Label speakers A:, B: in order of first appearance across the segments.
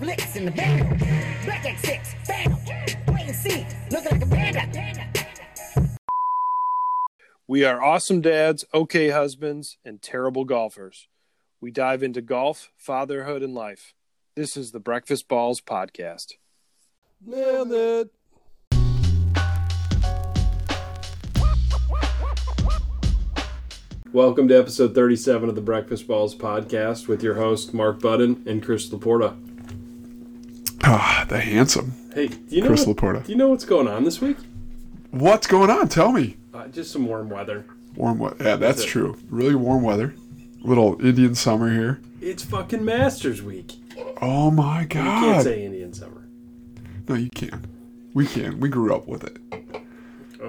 A: licks in the band. Black X6, bam. Wait and see. Looking like a panda.
B: We are awesome dads, okay husbands, and terrible golfers. We dive into golf, fatherhood, and life. This is the Breakfast Balls Podcast.
C: Nailed it. Welcome to episode 37 of the Breakfast Balls podcast with your host Mark Budden and Chris Laporta.
D: Ah, the handsome.
C: Hey, do you know
D: Chris
C: what,
D: Laporta.
C: Do you know what's going on this week?
D: What's going on? Tell me.
C: Uh, just some warm weather.
D: Warm weather. Yeah, that's
C: it.
D: true. Really warm weather. Little Indian summer here.
C: It's fucking Masters week. You
D: Oh my
C: can't
D: god.
C: say Indian summer.
D: no, you can't. We can. We grew up with it.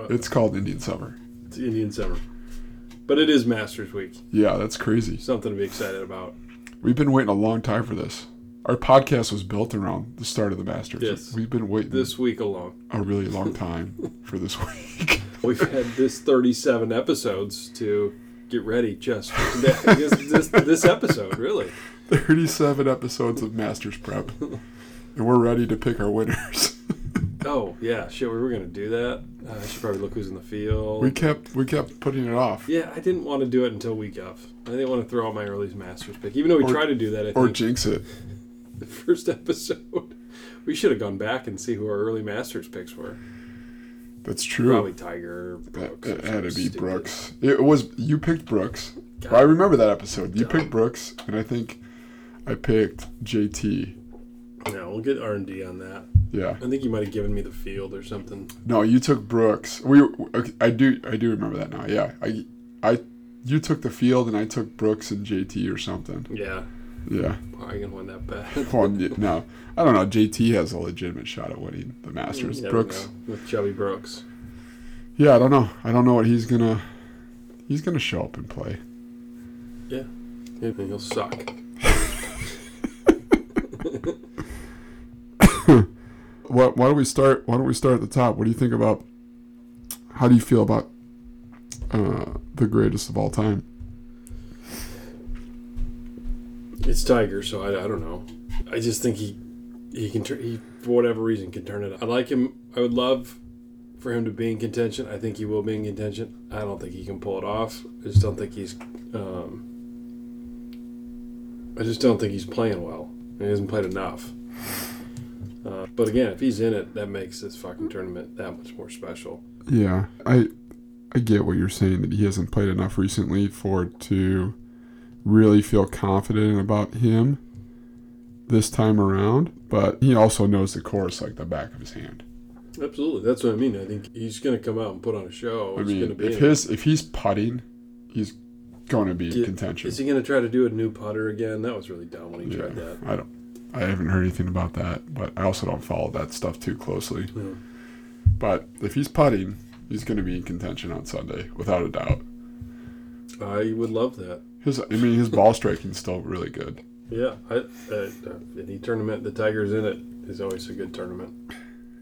D: It's called Indian summer.
C: It's Indian summer. But it is Masters week.
D: Yeah, that's crazy.
C: Something to be excited about.
D: We've been waiting a long time for this. Our podcast was built around the start of the Masters.
C: Yes.
D: We've been waiting
C: This week alone,
D: a really long time for this week.
C: we've had this 37 episodes to get ready just for that- this, this, this episode, really.
D: 37 episodes of Masters prep. And we're ready to pick our winners.
C: Oh yeah, shit. We were gonna do that. Uh, I should probably look who's in the field.
D: we kept we kept putting it off.
C: yeah, I didn't want to do it until week of. I didn't want to throw out my earliest Masters pick, even though we
D: Or-
C: tried to do that. I
D: Or
C: think
D: jinx it.
C: the first episode, we should have gone back and see who our early Masters picks were.
D: That's true.
C: Probably Tiger, or
D: It,
C: Brooks. or
D: it had to
C: something
D: be
C: stupid.
D: Brooks. It was you picked Brooks. I remember that episode. You picked Brooks, and I think I picked JT.
C: No, we'll get R and D on that.
D: Yeah.
C: I think you might have given me the field or something.
D: No, you took Brooks. We. okay, I do. I do remember that now. Yeah. I. I. You took the field, and I took Brooks and JT or something.
C: Yeah,
D: Yeah.
C: probably gonna win that bet.
D: Well, y- no, I don't know. JT has a legitimate shot at winning the Masters.
C: Never
D: Brooks.
C: know. with Chubby Brooks.
D: Yeah, I don't know. I don't know what he's gonna. He's gonna show up and play.
C: Yeah, and he'll suck.
D: Why, why don't we start? Why don't we start at the top? What do you think about? How do you feel about uh, the greatest of all time?
C: It's Tiger, so I, I don't know. I just think he he can turn he for whatever reason can turn it. up. I like him. I would love for him to be in contention. I think he will be in contention. I don't think he can pull it off. I just don't think he's. Um, I just don't think he's playing well. He hasn't played enough. Uh, but again, if he's in it, that makes this fucking tournament that much more special.
D: Yeah, I I get what you're saying that he hasn't played enough recently for it to really feel confident about him this time around. But he also knows the course like the back of his hand.
C: Absolutely, that's what I mean. I think he's going to come out and put on a show.
D: I
C: Oh, He's gonna
D: mean,
C: be in
D: if
C: it.
D: his if he's putting, he's going to be in
C: Get-
D: contention.
C: Is he going to try to do a new putter again? That was really dumb when he tried that.
D: I don't. I haven't heard anything about that, but I also don't follow that stuff too closely.
C: No.
D: But if he's putting, he's going to be in contention on Sunday, without a doubt.
C: I would love that.
D: His, I mean, his ball striking's still really good.
C: Yeah, I, uh, any tournament the Tigers in it is always a good tournament.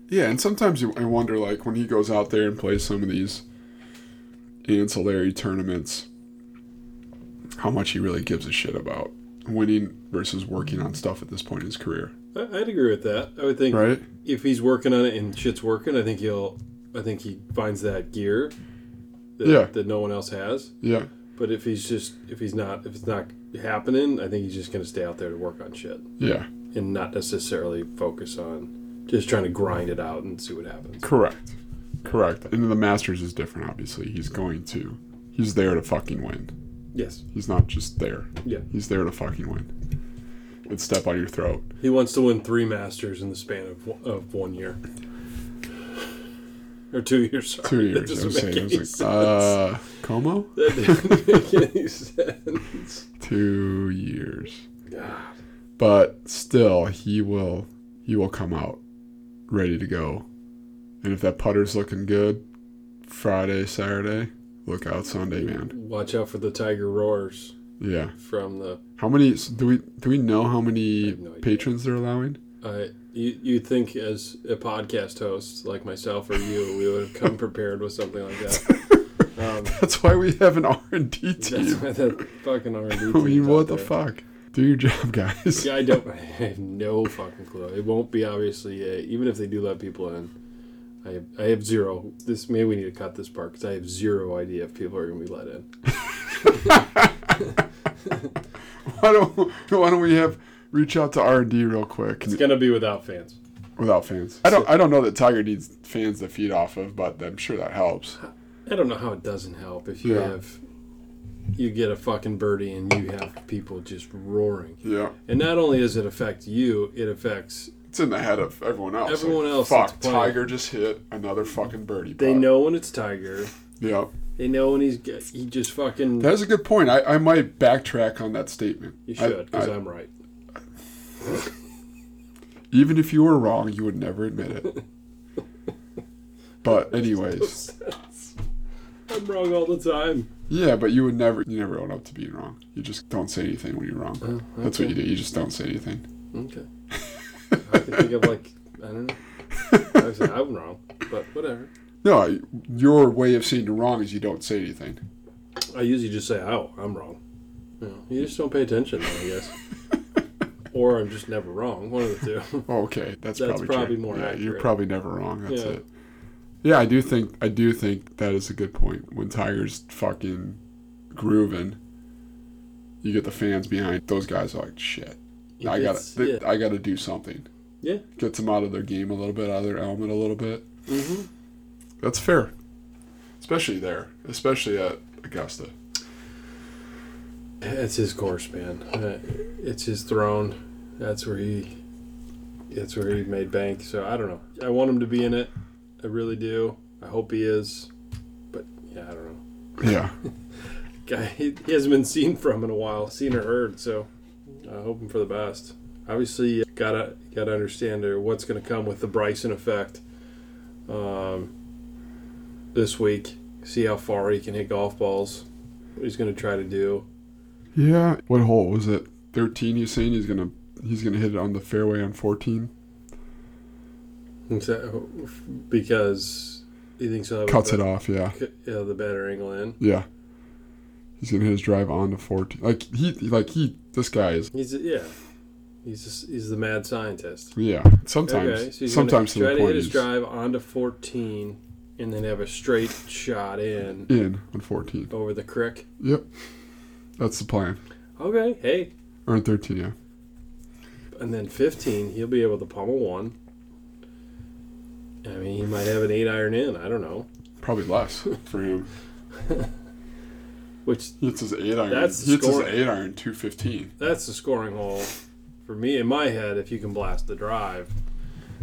D: Yeah, and sometimes you- I wonder, like, when he goes out there and plays some of these ancillary tournaments, how much he really gives a shit about winning versus working on stuff at this point in his career,
C: I, I'd agree with that. I would think
D: right?
C: if he's working on it and shit's working, I think he'll. I think he finds that gear that,
D: Yeah.
C: that no one else has.
D: Yeah.
C: But if he's just if he's not if it's not happening, I think he's just gonna stay out there to work on shit
D: Yeah.
C: and not necessarily focus on just trying to grind it out and see what happens.
D: Correct. Correct. And the Masters is different, obviously. He's going to. He's there to fucking win.
C: Yes.
D: He's not just there.
C: Yeah.
D: He's there to fucking win. And step on your throat.
C: He wants to win three Masters in the span of, one- of one year. Or two years, sorry.
D: Two
C: That
D: years. I
C: doesn't
D: was
C: make
D: saying, I
C: any
D: was
C: sense.
D: like, uh, Como?
C: That didn't make any sense.
D: Two years.
C: God.
D: But still, he will. He will come out ready to go. And if that putter's looking good, Friday, Saturday, look out Sunday, man.
C: Watch out for the Tiger Roars
D: Yeah.
C: from the.
D: How many do we do we know how
C: I
D: many
C: have no idea.
D: patrons they're allowing?
C: I you, you'd think, as a podcast host like myself or you, we would have come prepared with something like that. Um,
D: That's why we have an R and D
C: that's
D: team.
C: why that fucking R&D
D: I mean,
C: team's out
D: what the
C: there.
D: fuck? Do your job, guys.
C: Yeah, I don't. I have no fucking clue. It won't be obviously. Uh, even if they do let people in, I have, I have zero. This maybe we need to cut this part because I have zero idea if people are gonna be let in.
D: Why don't Why don't we have reach out to R and D real quick
C: It's gonna be without fans.
D: without fans? I don't I don't know that Tiger needs fans to feed off of, but I'm sure that helps.
C: I don't know how it doesn't help if you
D: Yeah.
C: have you get a fucking birdie and you have people just roaring.
D: Yeah,
C: And not only does it affect you, it affects
D: it's in the head of everyone else.
C: Everyone else
D: Fuck,
C: that's playing.
D: Tiger just hit another fucking birdie.
C: they
D: putt.
C: know when it's Tiger.
D: Yeah,
C: They know when he's g- he just fucking
D: that's a good point. I, I might backtrack on that statement.
C: you
D: I-
C: should because
D: I-
C: I'm right.
D: Even if you were wrong, you would never admit it. But anyways,
C: I'm wrong all the time.
D: yeah, but you would never, you never own up to being wrong. You just don't say anything when you're wrong.
C: Oh,
D: That's what you do. You just don't say anything.
C: Okay. I can think of like I don't know. I said I'm wrong, but whatever.
D: No, I- your way of seeing the wrong is you don't say anything.
C: I usually just say, "Oh, I'm wrong." You, know, you just don't pay attention, I guess. or I'm just never wrong. One of the two.
D: Oh, okay, that's,
C: That's
D: probably,
C: probably
D: true.
C: more
D: Yeah, you're
C: accurate.
D: probably never wrong. That's
C: Yeah.
D: it. Yeah, I do think I do think that is a good point. When Tiger's fucking grooving, you get the fans behind. Those guys are like, shit.
C: It
D: I gotta,
C: gets-
D: th-
C: yeah.
D: I gotta do something.
C: Yeah.
D: gets them out of their game a little bit, out of their element a little bit. Mm-hmm. That's fair, especially there, especially at Augusta.
C: It's his course, man. Uh, It's his throne. That's where he. That's where he made bank. So I don't know. I want him to be in it. I really do. I hope he is. But yeah, I don't know.
D: Yeah,
C: Guy, he, he hasn't been seen from in a while, seen or heard. So I hope him for the best. Obviously, you gotta you gotta understand uh, what's gonna come with the Bryson effect. Um, this week, see how far he can hit golf balls. What he's gonna try to do.
D: yeah. What hole was it? Thirteen. You saying he's gonna he's gonna hit it on the fairway on fourteen?
C: So, because he thinks he'll have
D: Cuts
C: a
D: it off. Yeah.
C: bet- yeah, the better angle in.
D: Yeah. He's gonna hit his drive on to fourteen. Like he, like he, this guy is.
C: He's a, yeah, he's just, he's the mad scientist.
D: Yeah. Sometimes,
C: okay, so he's
D: sometimes to
C: gonna
D: the
C: try to
D: point
C: hit his
D: he's
C: drive onto 14, and then have a straight shot in
D: in on fourteen.
C: over the crick.
D: Yep. That's the plan.
C: Okay, hey,
D: Or on thirteen. Yeah.
C: and then 15, he'll be able to pummel one. I mean, he might have an eight iron in. I don't know.
D: Probably less for him.
C: Which
D: He hits his eight iron.
C: That's
D: he hits his
C: scoring.
D: eight iron two fifteen.
C: that's the scoring hole for me in my head. If you can blast the drive,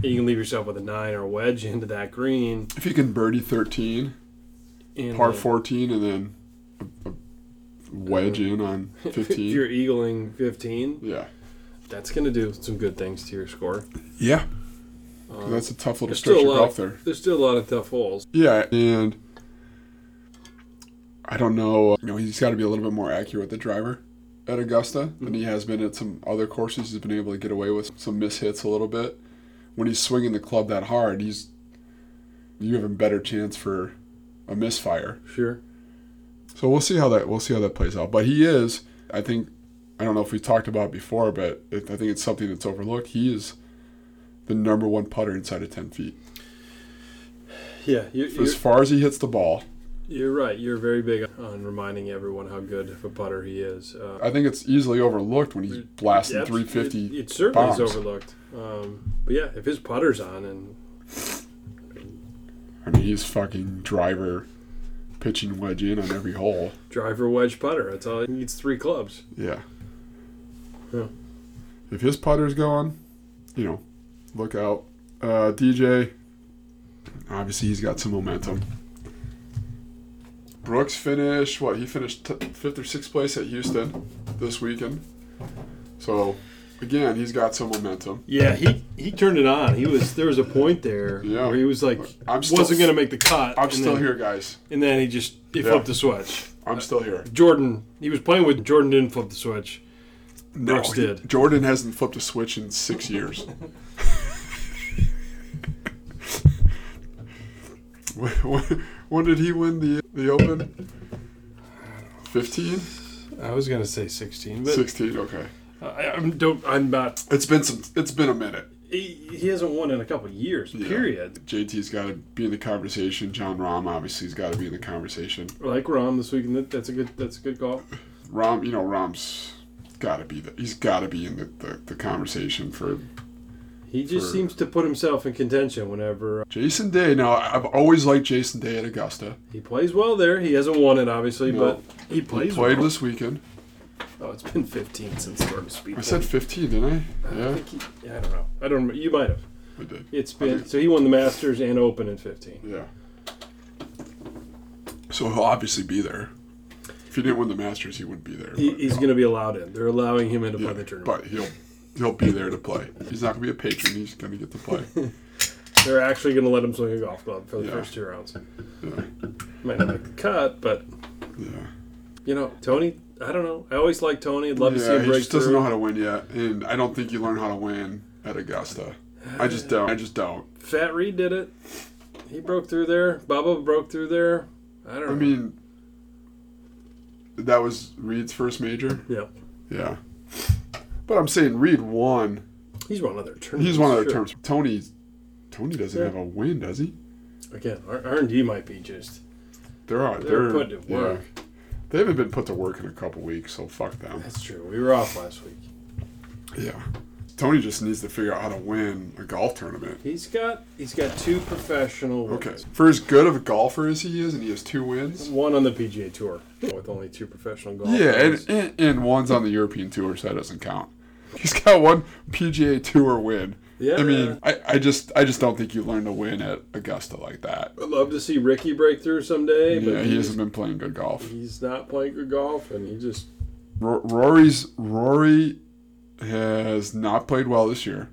C: you can leave yourself with a nine or a wedge into that green.
D: If he can birdie thirteen,
C: And
D: par
C: then
D: fourteen, and then a, a wedge in on
C: If you're
D: fifteen.
C: eagling 15,
D: yeah.
C: that's going to do some good things to your score.
D: Yeah. 'Cause that's a tough little
C: There's
D: stretch
C: still
D: of
C: a lot.
D: golf
C: Of,
D: there.
C: There's still a lot of tough holes.
D: Yeah, and I don't know. uh, You know, he's got to be a little bit more accurate with the driver at Augusta than he has been at some other courses. He's been able to get away with some mishits a little bit. When he's swinging the club that hard, he's you have a better chance for a misfire.
C: Sure.
D: So we'll see how that we'll see how that plays out. But he is, I think, I don't know if we talked about it before, but it, I think it's something that's overlooked. He is the number one putter inside of ten feet.
C: Yeah, you, you're,
D: As far as he hits the ball,
C: you're right. You're very big on reminding everyone how good of a putter he is. Uh,
D: I think it's easily overlooked when he's blasting 350.
C: It, it certainly is
D: bombs.
C: overlooked. Um, but yeah, if his putter's on and
D: I mean, he's fucking driver pitching wedge in on every hole.
C: driver wedge putter, that's all he needs. Three clubs.
D: Yeah.
C: Yeah.
D: If his putter's going, you know, look out. Uh, DJ, obviously he's got some momentum. Brooks finished, what, he finished t- fifth or sixth place at Houston this weekend. So, again, he's got some momentum.
C: Yeah, he he turned it on. He was there was a point there
D: Yeah.
C: where he was like
D: I'm still-
C: wasn't gonna make the cut.
D: I'm
C: and
D: still
C: then, Uh,
D: here, guys.
C: And then he just he
D: Yeah.
C: flipped the switch.
D: I'm still here.
C: Jordan he was playing with Jordan didn't flip the switch.
D: No,
C: Brooks
D: he-
C: did.
D: Jordan hasn't flipped a switch in six years. when, when- when did he win the the Open? 15?
C: I was gonna say sixteen, but
D: 16, okay.
C: I, I'm don't. I'm not.
D: It's been some. It's been a minute.
C: He, he hasn't won in a couple of years.
D: Yeah.
C: Period.
D: JT's got to be in the conversation. John Rahm obviously has got to be in the conversation.
C: Like Rom this week, and that- that's a good. That's a good call.
D: Rahm, you know, Rahm's got to be the, he's got to be in the, the, the conversation for
C: He just
D: For-
C: seems to put himself in contention whenever uh,
D: Jason Day. Now I've always liked Jason Day at Augusta.
C: he plays well there. He hasn't won it, obviously,
D: No.
C: but he
D: He
C: plays
D: played
C: well.
D: this weekend.
C: Oh, it's been 15 since Storm Speed.
D: I said 15, didn't I?
C: I
D: Yeah,
C: think he- I don't know. I don't. Remember. You might have.
D: I did.
C: It's been so he won the Masters and Open in 15.
D: Yeah. So he'll obviously be there. If he didn't win the Masters, he wouldn't be there.
C: He,
D: but-
C: he's going to be allowed in. They're allowing him in to
D: Yeah,
C: play the tournament.
D: but he'll he'll be there to play. He's not gonna be a patron. He's gonna get to play.
C: They're actually going to let him swing a golf club for the
D: Yeah.
C: first two rounds.
D: Yeah,
C: Might not make the cut, but
D: yeah.
C: you know, Tony. I don't know. I always like Tony. I'd love to see
D: yeah
C: him
D: he
C: break
D: just doesn't
C: through.
D: know how to win yet, and I don't think you learn how to win at Augusta. I just don't. I just don't.
C: Fat Reed did it. He broke through there. Bubba broke through there. I don't know.
D: I mean, that was Reed's first major.
C: yeah.
D: Yeah, but I'm saying Reed won.
C: He's one of their terms.
D: He's one of the terms. Tony, Tony doesn't
C: Yeah.
D: have a win, does he?
C: Again, R and D might be just.
D: There are.
C: They're
D: They're,
C: put to work.
D: yeah. They haven't been put to work in a couple weeks, so fuck them.
C: That's true. We were off last week.
D: Yeah. Tony just needs to figure out how to win a golf tournament.
C: He's got he's got two professional wins.
D: Okay. For as good of a golfer as he is, and he has two wins.
C: One on the PGA Tour with only two professional golfers.
D: Yeah, and, and, and one's on the European Tour, so that doesn't count. He's got one PGA Tour win.
C: Yeah.
D: I mean, I, I just I just don't think you learn to win at Augusta like that.
C: I'd love to see Ricky break through someday, but
D: Yeah, he
C: he's,
D: hasn't been playing good golf.
C: he's not playing good golf, and he just
D: R- Rory's Rory has not played well this year.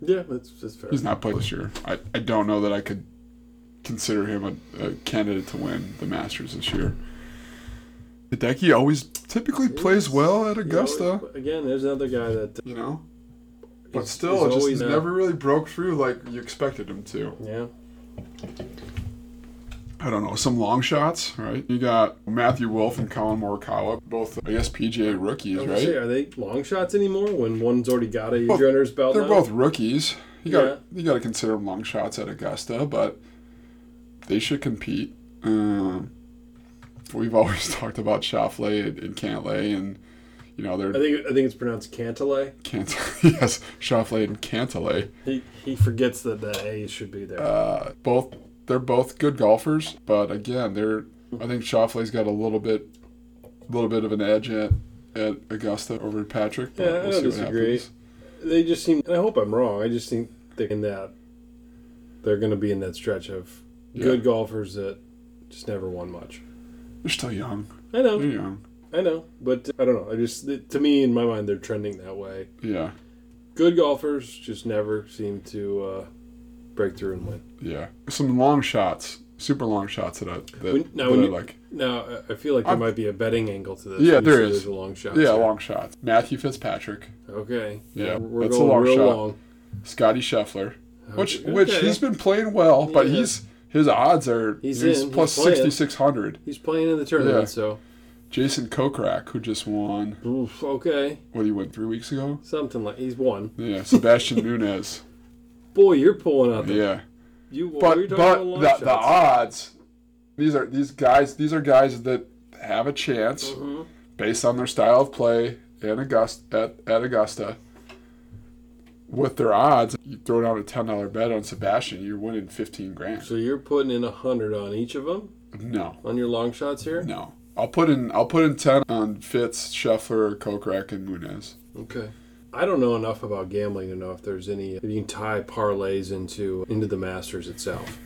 C: yeah, that's that's fair.
D: He's not played this year. I, I don't know that I could consider him a, a candidate to win the Masters this year. Hideki always typically plays well at
C: You know,
D: Augusta,
C: again, there's another guy that
D: you know. But
C: He's-
D: still,
C: he's
D: it just
C: always, uh,
D: never really broke through like you expected him to.
C: yeah.
D: I don't know some long shots, right? You got Matthew Wolf and Colin Morikawa, both I guess PGA rookies,
C: I was
D: right?
C: gonna say, are they long shots anymore? When one's already got a year
D: Well,
C: under his belt,
D: They're
C: now?
D: both rookies. You got you got to consider them long shots at Augusta, but they should compete. Um, we've always talked about Shoffley and, and Cantlay, and you know
C: I
D: they're
C: think I think it's pronounced Cantlay.
D: Cant- yes Shoffley and Cantlay.
C: He he forgets that the A should be there.
D: Uh, both they're both good golfers, but again, they're I think Shoffley's got a little bit, little bit of an edge at at Augusta over Patrick. but
C: Yeah, I don't
D: what
C: disagree.
D: happens.
C: they just seem. And I hope I'm wrong. I just think they're in that they're going to be in that stretch of
D: Yeah.
C: good golfers that just never won much.
D: They're still young.
C: I know,
D: They're young.
C: I know, but I don't know. I just to me in my mind they're trending that way.
D: Yeah.
C: Good golfers just never seem to uh, break through and win.
D: Yeah, some long shots, super long shots that I that,
C: When- now
D: that
C: when
D: I
C: you-
D: like.
C: Now I- I feel like there
D: I'm-
C: might be a betting angle to this.
D: Yeah,
C: You
D: there
C: said
D: is.
C: there's A long shot.
D: Yeah,
C: here.
D: long shots. Matthew Fitzpatrick,
C: Okay.
D: Yeah,
C: we're
D: that's a
C: going
D: long
C: real
D: shot.
C: long.
D: Scotty Scheffler, which
C: Okay.
D: which
C: Okay.
D: he's been playing well, but
C: Yeah.
D: he's his odds are
C: He's
D: he's,
C: in, he's
D: plus
C: playing.
D: sixty six hundred.
C: He's playing in the tournament,
D: Yeah.
C: so
D: Jason Kokrak, who just won,
C: oof, okay,
D: what he went three weeks ago.
C: something like he's won.
D: Yeah, Sebastian Nunez.
C: Boy, you're pulling out the
D: Yeah,
C: You were
D: but
C: you talking
D: but
C: about long
D: the, the
C: shots?
D: odds. These are these guys. These are guys that have a chance
C: Mm-hmm.
D: based on their style of play in Augusta at, at Augusta. With their odds, you throw down a ten dollar bet on Sebastian, you're winning fifteen grand.
C: So you're putting in a hundred on each of them
D: No,
C: on your long shots here.
D: no. I'll put in I'll put in ten on Fitz, Scheffler, Kokrak, and Munez.
C: Okay. I don't know enough about gambling to know if there's any if you can tie parlays into into the Masters itself.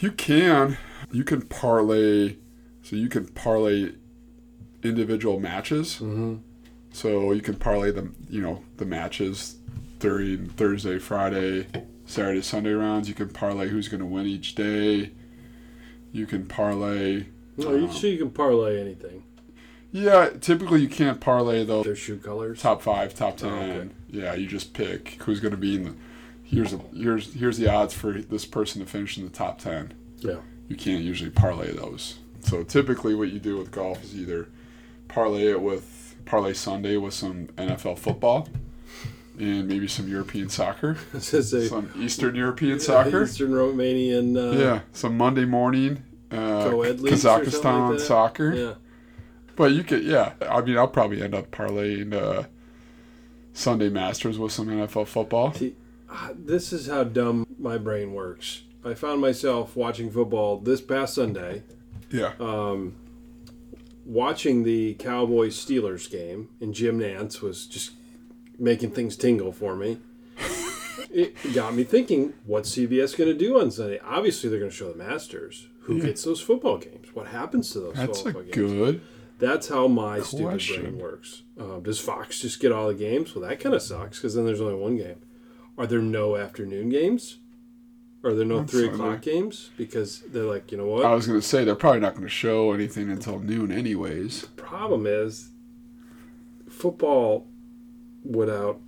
D: You can. You can parlay. So you can parlay individual matches. So you can parlay the you know the matches during Thursday, Friday, Saturday, Sunday rounds. You can parlay who's going to win each day. You can parlay.
C: No,
D: Uh,
C: you, so you can parlay anything.
D: Yeah, typically you can't parlay though.
C: Their shoe colors.
D: Top five, top ten.
C: okay.
D: Yeah, you just pick who's going to be in the. Here's the here's here's the odds for this person to finish in the top ten
C: Yeah.
D: you can't usually parlay those. So typically, what you do with golf is either parlay it with parlay Sunday with some NFL football and maybe some European soccer,
C: It's just a-
D: some Eastern European
C: Uh,
D: soccer.
C: Eastern Romanian. Uh,
D: Yeah, some Monday morning uh,
C: Co-ed leagues or something
D: Kazakhstan
C: like that.
D: soccer.
C: Yeah.
D: But you could, yeah. I mean, I'll probably end up parlaying uh, Sunday Masters with some NFL football.
C: See, uh, this is how dumb my brain works. I found myself watching football this past Sunday,
D: Yeah.
C: uh, watching the Cowboys Steelers game, and Jim Nance was just making things tingle for me. it got me thinking, what's CBS going to do on Sunday? Obviously, they're going to show the Masters. Who gets those football games? What happens to those
D: That's a
C: football games?
D: good.
C: That's how my stupid
D: Question.
C: brain works. Um, does Fox just get all the games? Well, that kind of sucks because then there's only one game. Are there no afternoon games? Are there no
D: On
C: three
D: Sunday.
C: o'clock games? Because they're like, you know what?
D: I was going to say, they're probably not going to show anything until noon, anyways.
C: the problem is, football would out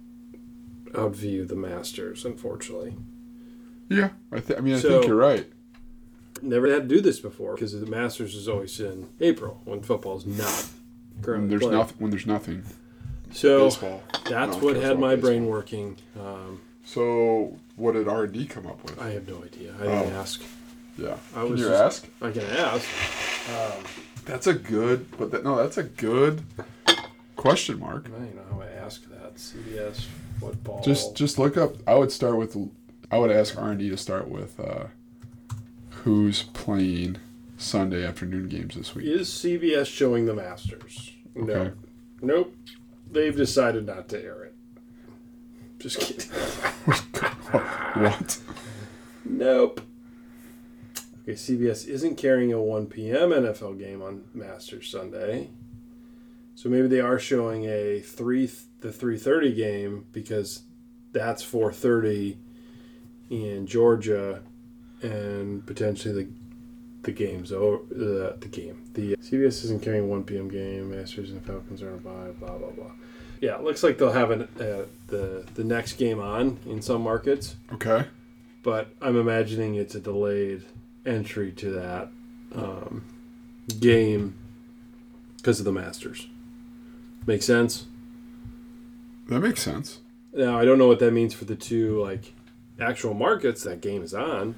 C: outview the Masters. Unfortunately,
D: Yeah. I, th- I mean, I
C: So-
D: think you're right.
C: never had to do this before because the Masters is always in April when football's not
D: When
C: currently
D: there's,
C: played.
D: nothing, when there's nothing.
C: So
D: baseball.
C: that's
D: No,
C: what
D: there's
C: had
D: no
C: my brain
D: baseball.
C: working. Um,
D: So, what did R&D come up with?
C: I have no idea. I
D: Oh.
C: didn't ask.
D: yeah.
C: I
D: Can
C: was
D: you
C: just-
D: ask?
C: I can ask.
D: That's a good, but that, no, that's a good question mark.
C: I don't know how I ask that. CBS football.
D: Just just look up. I would start with. I would ask R and D to start with. Uh, who's playing Sunday afternoon games this week?
C: is CBS showing the Masters? No.
D: Okay.
C: Nope. They've decided not to air it. Just kidding.
D: What?
C: nope. Okay, CBS isn't carrying a 1 p.m. NFL game on Masters Sunday. So maybe they are showing a 3 the 3:30 game because that's 4:30 in Georgia and potentially the the game's over the, the game. The uh, CBS isn't carrying a 1 p.m. game. Masters and Falcons are by blah blah blah. Yeah, it looks like they'll have an, uh, the the next game on in some markets
D: Okay.
C: but I'm imagining it's a delayed entry to that um, game because of the Masters. Make sense?
D: That makes sense.
C: Now I don't know what that means for the two like actual markets that game is on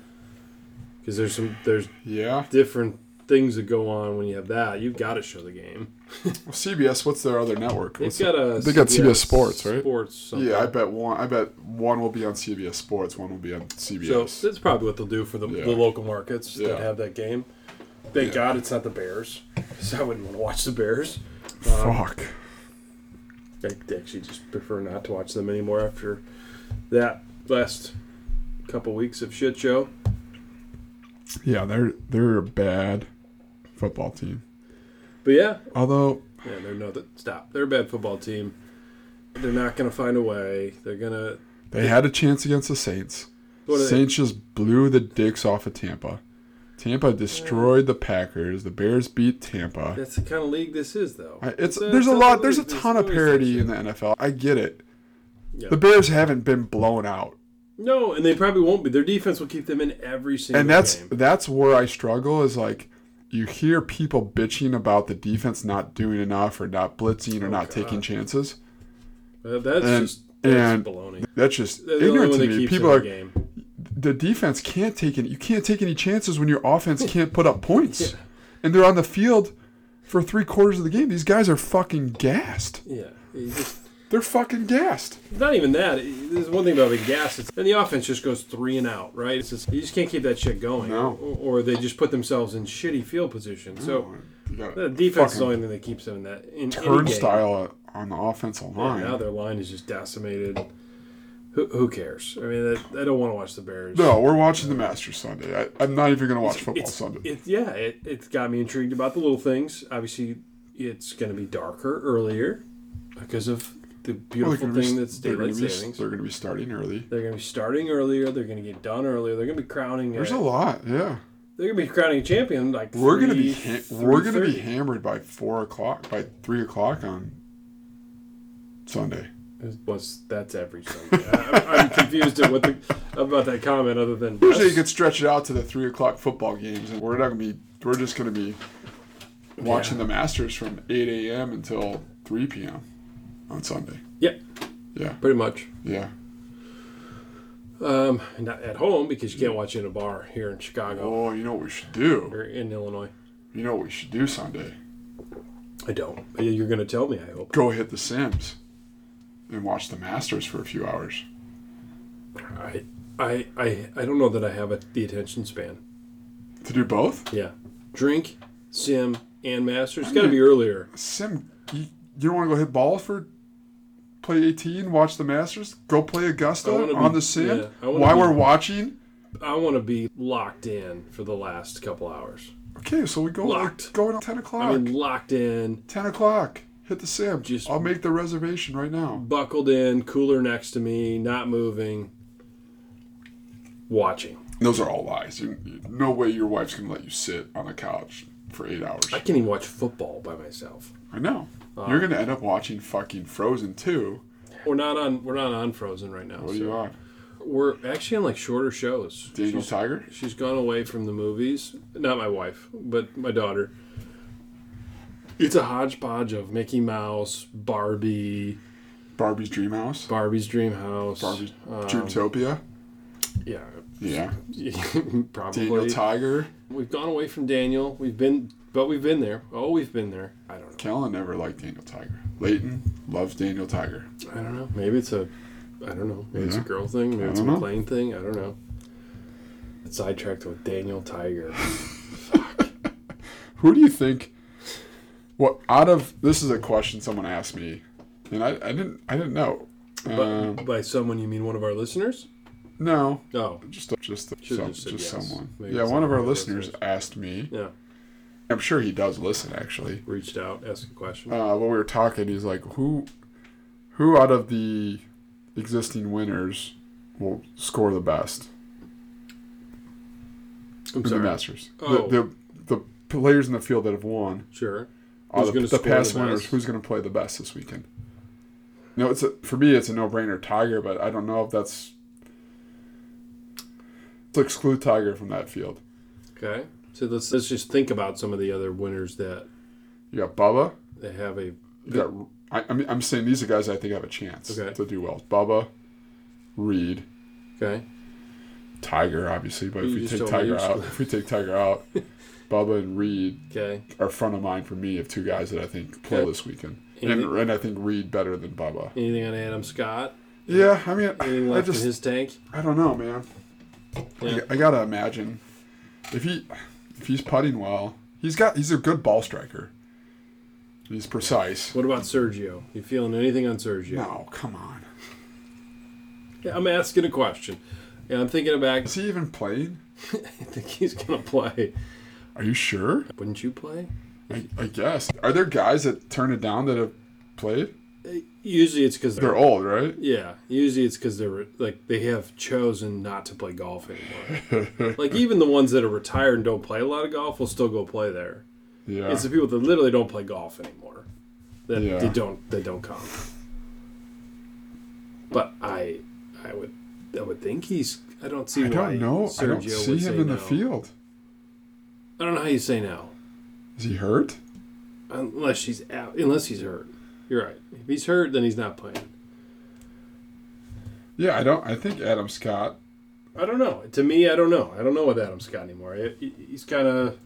C: because there's some there's
D: Yeah.
C: different things that go on when you have that. You've got to show the game.
D: Well, CBS. What's their other network?
C: They've
D: What's
C: got a
D: They got CBS Sports, right?
C: Sports. Something.
D: yeah, I bet one. I bet one will be on CBS Sports. One will be on CBS.
C: So that's probably what they'll do for the,
D: Yeah.
C: the local markets
D: Yeah.
C: that have that game. Thank
D: Yeah.
C: God it's not the Bears, 'cause I wouldn't want to watch the Bears.
D: Fuck.
C: I actually just prefer not to watch them anymore after that last couple weeks of shit show.
D: Yeah, they're they're a bad football team.
C: But yeah,
D: Although
C: yeah, they're no that stop. They're a bad football team. They're not gonna find a way. They're gonna.
D: they had a chance against the Saints.
C: What are they?
D: Saints just blew the dicks off of Tampa. Tampa destroyed the Packers. The Bears beat Tampa.
C: That's the kind of league this is, though.
D: I- It's
C: a-
D: there's a
C: it's
D: lot there's a
C: league that's
D: ton of
C: always
D: parity
C: this
D: in the NFL. I get it.
C: Yeah.
D: The Bears haven't been blown out,
C: shit. No, and they probably won't be. Their defense will keep them in every single.
D: and that's
C: game.
D: that's where I struggle is like. You hear people bitching about the defense not doing enough or not blitzing or
C: Oh,
D: not taking chances.
C: Uh, that's
D: and-
C: just that's
D: and-
C: baloney.
D: That's just
C: They're the only
D: ignorant
C: one
D: to
C: that
D: me.
C: keeps
D: People
C: in
D: are
C: the game.
D: the defense can't take any. You can't take any chances when your
C: Hmm.
D: offense can't put up points, and they're on the field for three quarters of the game. These guys are fucking gassed.
C: Yeah, you just-
D: They're fucking gassed.
C: Not even that. It- There's one thing about being gas. It's, and the offense just goes three and out, right? It's just, you just can't keep that shit going.
D: No.
C: Or, or they just put themselves in shitty field position. So
D: You got
C: the defense is the
D: fucking
C: only thing that keeps them in that. In any game.
D: turnstile on the offensive line.
C: Now their line is just decimated. Who, who cares? I mean, I, I don't want to watch the Bears.
D: no, we're watching the Masters Sunday. I, I'm not even gonna watch football
C: It's,
D: Sunday.
C: it's yeah, it, it's got me intrigued about the little things. Obviously, it's going to be darker earlier because of the
D: Well, they're
C: beautiful
D: gonna be-
C: thing that's
D: they're gonna
C: daylight
D: be-
C: savings.
D: They're gonna be starting early.
C: They're going to be starting earlier. They're going to get done earlier. They're going to be crowning.
D: There's
C: a-
D: a lot. Yeah,
C: they're going to be crowning a champion. Like
D: we're gonna be
C: three-
D: ha- we're gonna be
C: 3:30.
D: hammered by four o'clock by three o'clock on Sunday.
C: Was that's every Sunday? I, I'm confused at what the, about that comment. Other than
D: Usually you could stretch it out to the three o'clock football games, and we're not gonna be. We're just gonna be watching the Masters from eight a.m. until 3 p.m. on Sunday.
C: Yep.
D: Yeah.
C: Pretty much.
D: Yeah.
C: Um, not at home because you can't watch it in a bar here in Chicago
D: Oh, you know what we should do?
C: or in Illinois.
D: You know what we should do Sunday?
C: I don't. But You're gonna tell me. I hope.
D: Go hit the Sims and watch the Masters for a few hours.
C: I I I, I don't know that I have a, the attention span.
D: To do both?
C: Yeah. Drink, sim, and master. It's got to be earlier.
D: Sim, you, you don't want to go hit ball for play 18, watch the Masters, go play
C: I wanna
D: Augusta
C: be-
D: on the Sim
C: yeah, I wanna
D: while
C: be-
D: we're watching?
C: I want to be locked in for the last couple hours.
D: Okay, so we go
C: Locked.
D: like going at 10 o'clock.
C: I mean, locked in,
D: 10 o'clock. Hit the Sim.
C: Just-
D: I'll make the reservation right now.
C: buckled in, cooler next to me, not moving, watching.
D: Those are all lies. You, you- no way your wife's going to let you sit on the couch for eight hours.
C: I can't even watch football by myself.
D: I know. You're going to end up watching fucking Frozen 2.
C: We're not on. We're not on Frozen right now.
D: What are you
C: so-
D: on?
C: We're actually on like shorter shows.
D: Daniel Tiger?
C: She's gone away from the movies. Not my wife, but my daughter. It's a hodgepodge of Mickey Mouse, Barbie,
D: Barbie's Dream House?
C: Barbie's Dream House.
D: Barbie's uh,
C: um,
D: Dreamtopia?
C: Yeah,
D: Yeah.
C: probably.
D: Daniel Tiger?
C: we've gone away from Daniel. We've been, but we've been there. Oh, we've been there. I don't know.
D: Kellen never liked Daniel Tiger. Leighton loves Daniel Tiger.
C: I don't know. Maybe it's a, I don't know. Maybe it's a
D: Yeah.
C: girl thing. Maybe
D: I
C: it's a
D: don't know.
C: McLean thing. I don't know. Sidetracked with Daniel Tiger.
D: Who do you think? What out of this is a question someone asked me, and I, I didn't I didn't know. Um,
C: But by someone you mean one of our listeners?
D: no,
C: Oh,
D: just just
C: Should've
D: some,
C: just
D: just,
C: said yes.
D: someone.
C: Maybe
D: yeah,
C: it's
D: one of
C: one
D: our
C: of our
D: listeners
C: listeners.
D: asked me.
C: yeah.
D: I'm sure he does listen actually.
C: Reached out, asked a question.
D: Uh, when we were talking, he's like, "Who, who out of the existing winners will score the best
C: I'm
D: in the
C: sorry.
D: Masters?
C: Oh.
D: The, the the players in the field that have won."
C: Sure.
D: Are
C: Who's
D: the,
C: gonna
D: the
C: score the
D: past winners?
C: best?
D: Who's going to play the best this weekend? No, it's a, for me. It's a no-brainer, Tiger. But I don't know if that's to exclude Tiger from that field.
C: Okay. So let's let's just think about some of the other winners that
D: You got Bubba.
C: they have a
D: You got. I, I mean, I'm saying these are guys I think have a chance
C: Okay.
D: to do well. Bubba, Reed,
C: okay.
D: Tiger, obviously. But
C: You
D: if we
C: just
D: take
C: told me
D: Tiger
C: you're
D: out,
C: exclu-
D: if we take Tiger out, Bubba and Reed
C: Okay.
D: are front of mind for me of two guys that I think play
C: Okay.
D: this weekend.
C: And-
D: And, and I think Reed better than Bubba.
C: Anything on Adam Scott?
D: Yeah, I mean,
C: Anything
D: I
C: left
D: just
C: in his tank?
D: I don't know, man.
C: Yeah.
D: I, I gotta imagine if he if he's putting well, he's got he's a good ball striker. He's precise.
C: What about Sergio? You feeling anything on Sergio?
D: No, come on.
C: Yeah, I'm asking a question. Yeah, I'm thinking back.
D: Is he even playing?
C: I think he's gonna play.
D: Are you sure?
C: Wouldn't you play?
D: I, I guess. Are there guys that turn it down that have played?
C: Usually it's because
D: They're old, right?
C: Yeah, usually it's because they're like they have chosen not to play golf anymore. like even the ones that are retired and don't play a lot of golf will still go play there.
D: Yeah.
C: It's the people that literally don't play golf anymore that
D: Yeah.
C: they don't they don't come. But I I would I would think he's I don't see
D: I
C: why
D: don't know.
C: Sergio
D: I don't
C: would
D: see
C: say
D: him in
C: no.
D: the field.
C: I don't know how you say no
D: Is he hurt?
C: unless she's out unless he's hurt. You're right. If he's hurt, then he's not playing.
D: Yeah, I don't. I think Adam Scott.
C: I don't know. To me, I don't know. I don't know with Adam Scott anymore. He- he- He's kind of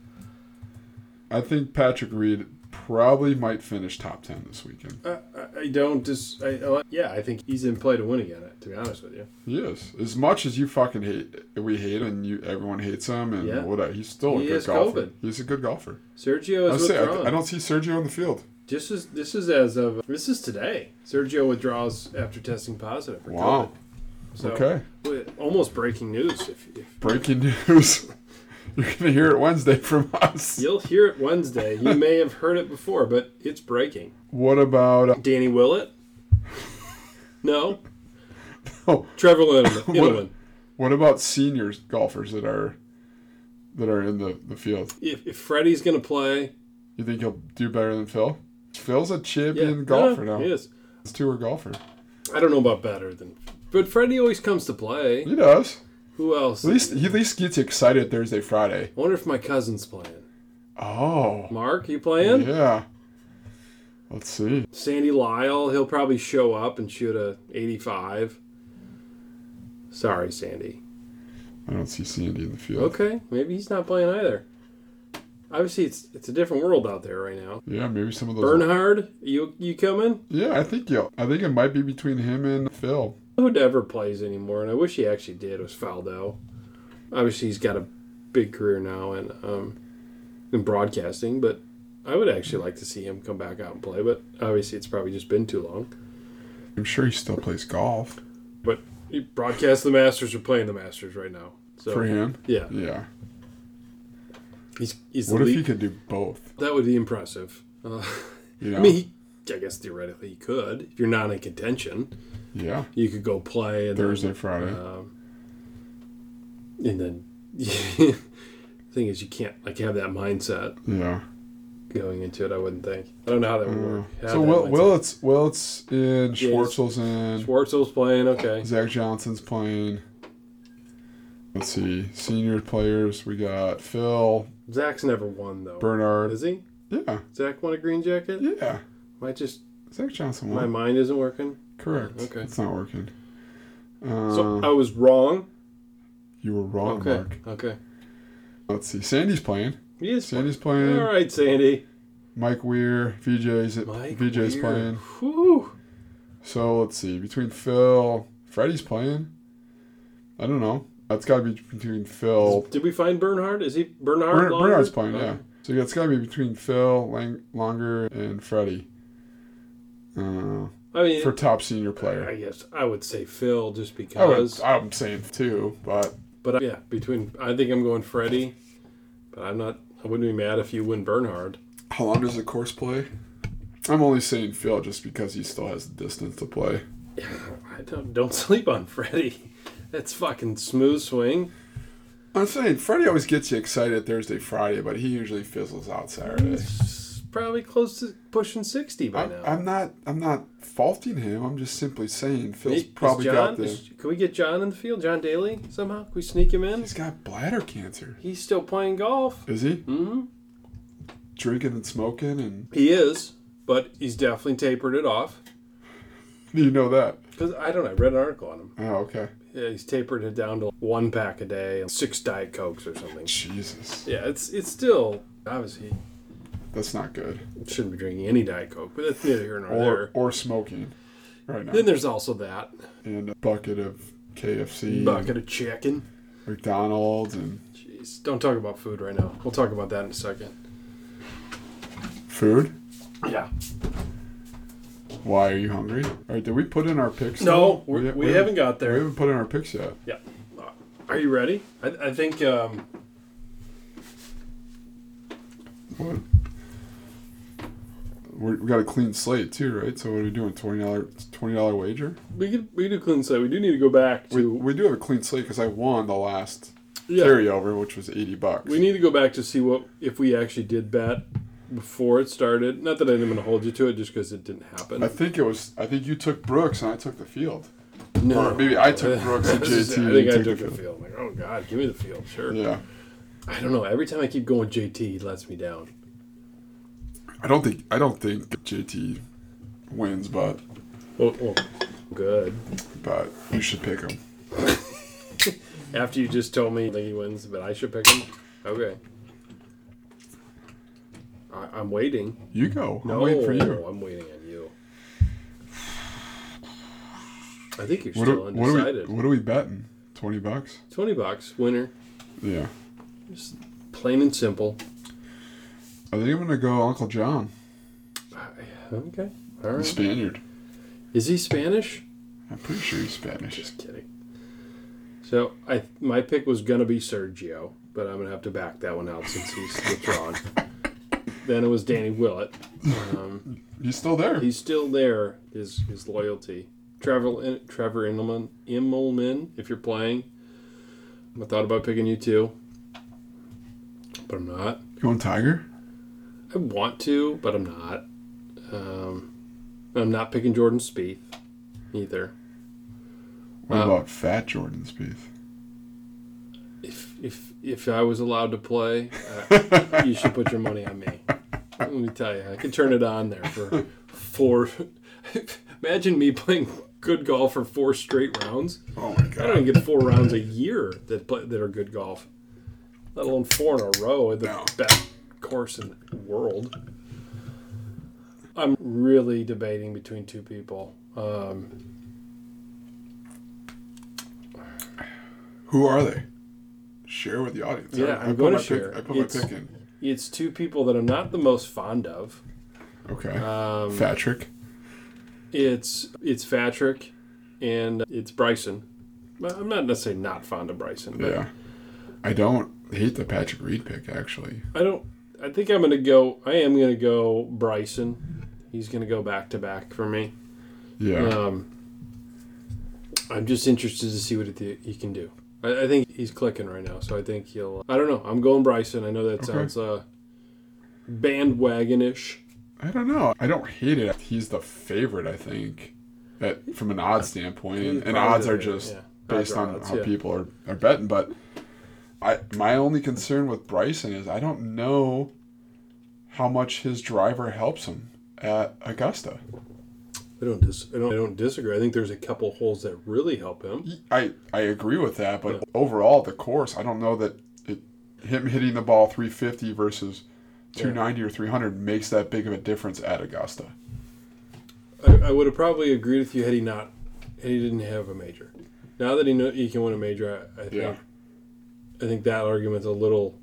D: I think Patrick Reed probably might finish top ten this weekend.
C: I, I- I don't just. I, I like- yeah, I think he's in play to win again. To be honest with you,
D: Yes, as much as you fucking hate, we hate, and you everyone hates him, and
C: Yeah.
D: whatever. He's still a
C: He
D: good
C: has
D: golfer.
C: COVID.
D: He's a good golfer. I,
C: Sergio
D: was
C: is
D: saying,
C: withdrawn.
D: I, I don't see Sergio on the field.
C: This is this is as of this is today. Sergio withdraws after testing positive. For
D: Wow.
C: COVID. So,
D: Okay.
C: wi- Almost breaking news. If, if
D: Breaking news. You're gonna hear it Wednesday from us.
C: you'll hear it Wednesday, you may have heard it before, but it's breaking.
D: What about? Uh,
C: Danny Willett. No.
D: Oh.
C: Trevor Inman. Inman.
D: what about seniors golfers that are that are in the the field?
C: If, if Freddie's going to play,
D: You think he'll do better than Phil? Phil's a
C: yeah,
D: champion
C: no,
D: golfer now.
C: He is.
D: He's a tour golfer.
C: I don't know about better than, but Freddie always comes to play.
D: He does.
C: Who else?
D: At least he at least gets you excited Thursday, Friday.
C: I wonder if my cousin's playing.
D: Oh.
C: Mark, you playing?
D: Yeah. Let's see.
C: Sandy Lyle, he'll probably show up and shoot a 85. Sorry, Sandy.
D: I don't see Sandy in the field.
C: Okay, maybe he's not playing either. Obviously, it's it's a different world out there right now.
D: Yeah, maybe some of those.
C: Bernhard, you you coming?
D: Yeah, I think yeah. I think it might be between him and Phil.
C: Who never plays anymore, and I wish he actually did. Was Faldo? Obviously, he's got a big career now and um, in broadcasting, but I would actually like to see him come back out and play. But obviously, it's probably just been too long.
D: I'm sure he still plays golf
C: But he broadcasts the Masters. Or playing the Masters right now. So
D: for him.
C: yeah,
D: Yeah.
C: he's he's the
D: What if
C: lead.
D: he could do both?
C: That would be impressive. Uh,
D: You know?
C: I mean, he, I guess theoretically he could. If you're not in contention,
D: yeah.
C: you could go play and
D: Thursday,
C: Then,
D: Friday.
C: um, and then, the thing is, you can't like have that mindset
D: yeah.
C: going into it. I wouldn't think. I don't know how that would work. Have
D: Mm. so
C: that
D: Will,
C: mindset.
D: Willett's Willett's in. Schwartzel's in.
C: Schwartzel's playing. Okay,
D: Zach Johnson's playing. Let's see. Senior players. We got Phil,
C: Zach's never won though.
D: Bernard.
C: Is he?
D: Yeah.
C: Zach won a green jacket.
D: Yeah.
C: I just
D: Zach Johnson
C: my
D: won.
C: mind isn't working.
D: Correct.
C: Okay.
D: It's not working. Uh,
C: So I was wrong.
D: you were wrong,
C: Okay.
D: Mark.
C: Okay.
D: Let's see. Sandy's playing.
C: He is
D: Sandy's
C: playing.
D: playing.
C: All right, Sandy.
D: Mike Weir. VJ's
C: Mike
D: VJ's
C: Weir.
D: playing.
C: Whew.
D: So let's see. Between Phil, Freddie's playing. I don't know. That's got to be between Phil.
C: Did we find Bernhard? Is he Bernhard?
D: Bernard,
C: Longer?
D: Bernard's playing,
C: Oh.
D: yeah. So yeah, it's got to be between Phil Lang- Longer and Freddie. Uh,
C: I mean,
D: for Oh, top senior
C: I
D: player.
C: guess I would say Phil just
D: I would,
C: because.
D: I'm saying two, but
C: but uh, yeah, between I think I'm going Freddie, but I'm not. I wouldn't be mad if you win Bernhard.
D: how long does the course play? I'm only saying Phil just because he still has the distance to play.
C: I don't don't sleep on Freddie. That's fucking smooth swing.
D: I'm saying Freddie always gets you excited Thursday, Friday, but he usually fizzles out Saturday.
C: It's probably close to pushing sixty by
D: I'm,
C: now.
D: I'm not. I'm not faulting him. I'm just simply saying Phil's
C: Is
D: probably
C: John,
D: got the.
C: is- Can we get John in the field? John Daly somehow? Can we sneak him in?
D: He's got bladder cancer.
C: He's still playing golf.
D: Is he
C: hmm
D: drinking and smoking? And
C: He is, but he's definitely tapered it off.
D: you know that.
C: Because I don't know. I read an article on him.
D: Oh, okay.
C: Yeah, he's tapered it down to one pack a day, and six diet cokes or something.
D: Jesus,
C: Yeah, it's it's still obviously
D: that's not good.
C: you shouldn't be drinking any diet coke, but that's neither here nor
D: Or
C: there.
D: or smoking, right now.
C: Then there's also that
D: And a bucket of KFC,
C: bucket of chicken.
D: and McDonald's, and
C: Jeez, don't talk about food right now. We'll talk about that in a second.
D: food.
C: Yeah.
D: Why are you hungry? All right, did we put in our picks?
C: No,
D: though?
C: we're, we,
D: we
C: haven't got
D: We
C: there.
D: haven't put in our picks yet.
C: Yeah. Uh, Are you ready? I, I think um,
D: What? We're, we got a clean slate too, right? So what are we doing? Twenty dollar, twenty dollar wager.
C: we could we do clean slate. We do need to go back
D: We,
C: to
D: we do have a clean slate because I won the last
C: yeah.
D: carryover, which was eighty bucks.
C: We need to go back to see what if we actually did bet before it started. Not that I'm going to hold you to it, just because it didn't happen.
D: I think it was. I think you took Brooks and I took the field.
C: No,
D: Or maybe I took Brooks and
C: This is-
D: JT
C: I think I
D: and
C: took
D: took
C: the
D: the
C: field. Like, oh God, give me the field, sure.
D: Yeah,
C: I don't know. Every time I keep going JT, he lets me down.
D: I don't think I don't think JT wins, but
C: Oh, oh, good.
D: but you should pick him.
C: After you just told me that he wins, but I should pick him. Okay. I, I'm waiting.
D: You go.
C: No,
D: I'm waiting for you.
C: I'm waiting on you. I think you're
D: What
C: still
D: are, what are we?
C: undecided.
D: What are we betting? Twenty bucks.
C: Twenty bucks, winner,
D: Yeah.
C: just plain and simple.
D: I think I'm gonna go Uncle John,
C: Okay. All
D: the
C: right.
D: Spaniard.
C: Is he Spanish?
D: I'm pretty sure he's Spanish.
C: Just kidding. So I my pick was gonna be Sergio, but I'm gonna have to back that one out since he's withdrawn. then it was Danny Willett. Um,
D: He's still there.
C: he's still there. His his loyalty. Trevor In- Trevor Immelman Immelman. If you're playing, I thought about picking you too, but I'm not.
D: Going Tiger?
C: I want to, but I'm not. Um, I'm not picking Jordan Spieth either.
D: What
C: Uh,
D: about Fat Jordan Spieth?
C: If if if I was allowed to play, uh, you should put your money on me. Let me tell you, I could turn it on there for four. Imagine me playing good golf for four straight rounds.
D: Oh my
C: I
D: god.
C: don't even get four rounds a year that play, that are good golf, let alone four in a row at the
D: No.
C: best course in the world. I'm really debating between two people. Um,
D: Who are they? Share with the audience.
C: Yeah, I'm
D: I, I put
C: gonna
D: my
C: share.
D: Pick, I put
C: It's-
D: my pick in.
C: it's two people that I'm not the most fond of.
D: Okay.
C: Um,
D: Fatrick.
C: It's it's Patrick, and it's Bryson. Well, I'm not necessarily not fond of Bryson, but
D: Yeah. I don't hate the Patrick Reed pick actually.
C: I don't. I think I'm gonna go. I am gonna go Bryson. He's gonna go back to back for me.
D: Yeah.
C: Um, I'm just interested to see what it, he can do. I, I think he's clicking right now, so I think he'll. I don't know. I'm going Bryson. I know that sounds uh, bandwagonish.
D: I don't know. I don't hate it. He's the favorite, I think, at, from an odds standpoint. And, and odds are just
C: Yeah.
D: based
C: Odds are
D: on
C: odds,
D: how
C: yeah.
D: people are, are betting. But I my only concern with Bryson is I don't know how much his driver helps him at Augusta.
C: I don't. Dis, I don't. I don't disagree. I think there's a couple holes that really help him.
D: I, I agree with that, but overall, the course, I don't know that it, him hitting the ball 350 versus 290 or 300 makes that big of a difference at Augusta.
C: I, I would have probably agreed with you had he not, had he didn't have a major. Now that he know he can win a major, I, I think
D: Yeah.
C: I think that argument's a little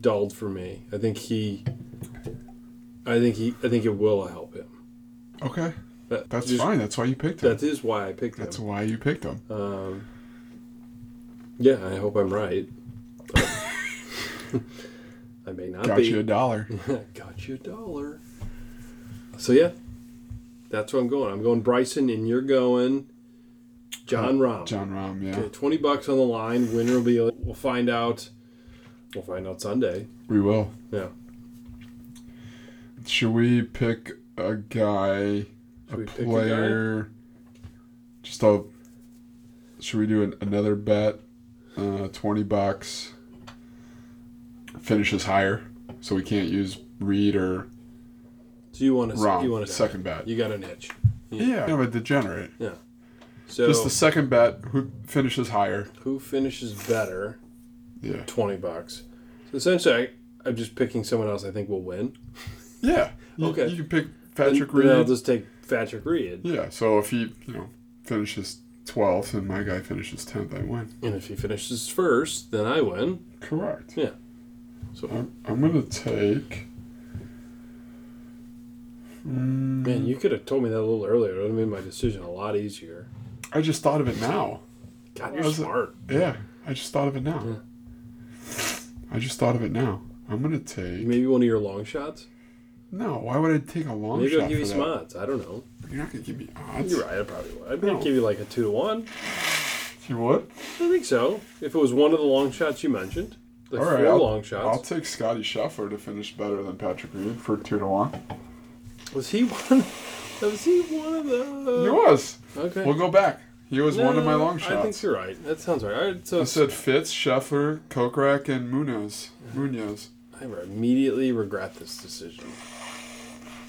C: dulled for me. I think he, I think he, I think it will help him.
D: Okay.
C: That-
D: That's
C: just-
D: fine. That's why you picked him.
C: That is why I picked
D: That's
C: him.
D: why you picked him.
C: Um, yeah, I hope I'm right. but I may not
D: Got
C: be.
D: you a dollar.
C: Got you a dollar. So yeah, that's where I'm going. I'm going Bryson, and you're going John Rahm.
D: Uh, John Rahm, yeah.
C: Okay, twenty bucks on the line. Winner will be. We'll find out. We'll find out Sunday.
D: We will.
C: Yeah.
D: Should we pick a guy,
C: Should
D: a
C: we pick a guy?
D: player? Just a. Should we do an, another bet? Uh, 20 bucks. Finishes higher. So we can't use Reed or
C: So you want to?
D: Rahm.
C: You want to?
D: second bet.
C: You got an itch.
D: yeah. I'm a degenerate.
C: So
D: Just the second bet. Who finishes higher?
C: who finishes better?
D: Yeah.
C: Twenty bucks. So essentially, I, I'm just picking someone else I think will win.
D: Yeah. You,
C: Okay.
D: You can pick Patrick
C: and, uh, Then I'll
D: Reed.
C: just take Patrick Reed,
D: Yeah, so if he, you know, finishes 12th and my guy finishes 10th, I win.
C: and if he finishes first, then I win.
D: Correct.
C: Yeah. So
D: I'm, I'm going to take.
C: man, you could have told me that a little earlier. It would have made my decision a lot easier.
D: I just thought of it now.
C: God, you're
D: How's it-
C: smart.
D: Yeah, I just thought of it now. I just thought of it now. I'm going to take.
C: Maybe one of your long shots.
D: No, why would I take a long
C: Maybe
D: shot?
C: I'll give you
D: for
C: some
D: that?
C: odds. I don't know.
D: You're not going to give me odds.
C: You're right. I probably would. I'd
D: No.
C: give you like a two to one.
D: You what?
C: I think so. If it was one of the long shots you mentioned, like
D: All right,
C: 4
D: I'll-
C: long
D: I'll
C: shots.
D: take Scotty Scheffler to finish better than Patrick Reed for 2 to 1.
C: was he one? Was he one of the?
D: He was.
C: Okay.
D: We'll go back. He was one of my
C: No,
D: long
C: I
D: shots.
C: think you're right. That sounds right. All right. So
D: I said Fitz, Scheffler, Kokrak, and Munoz. Munoz.
C: I immediately regret this decision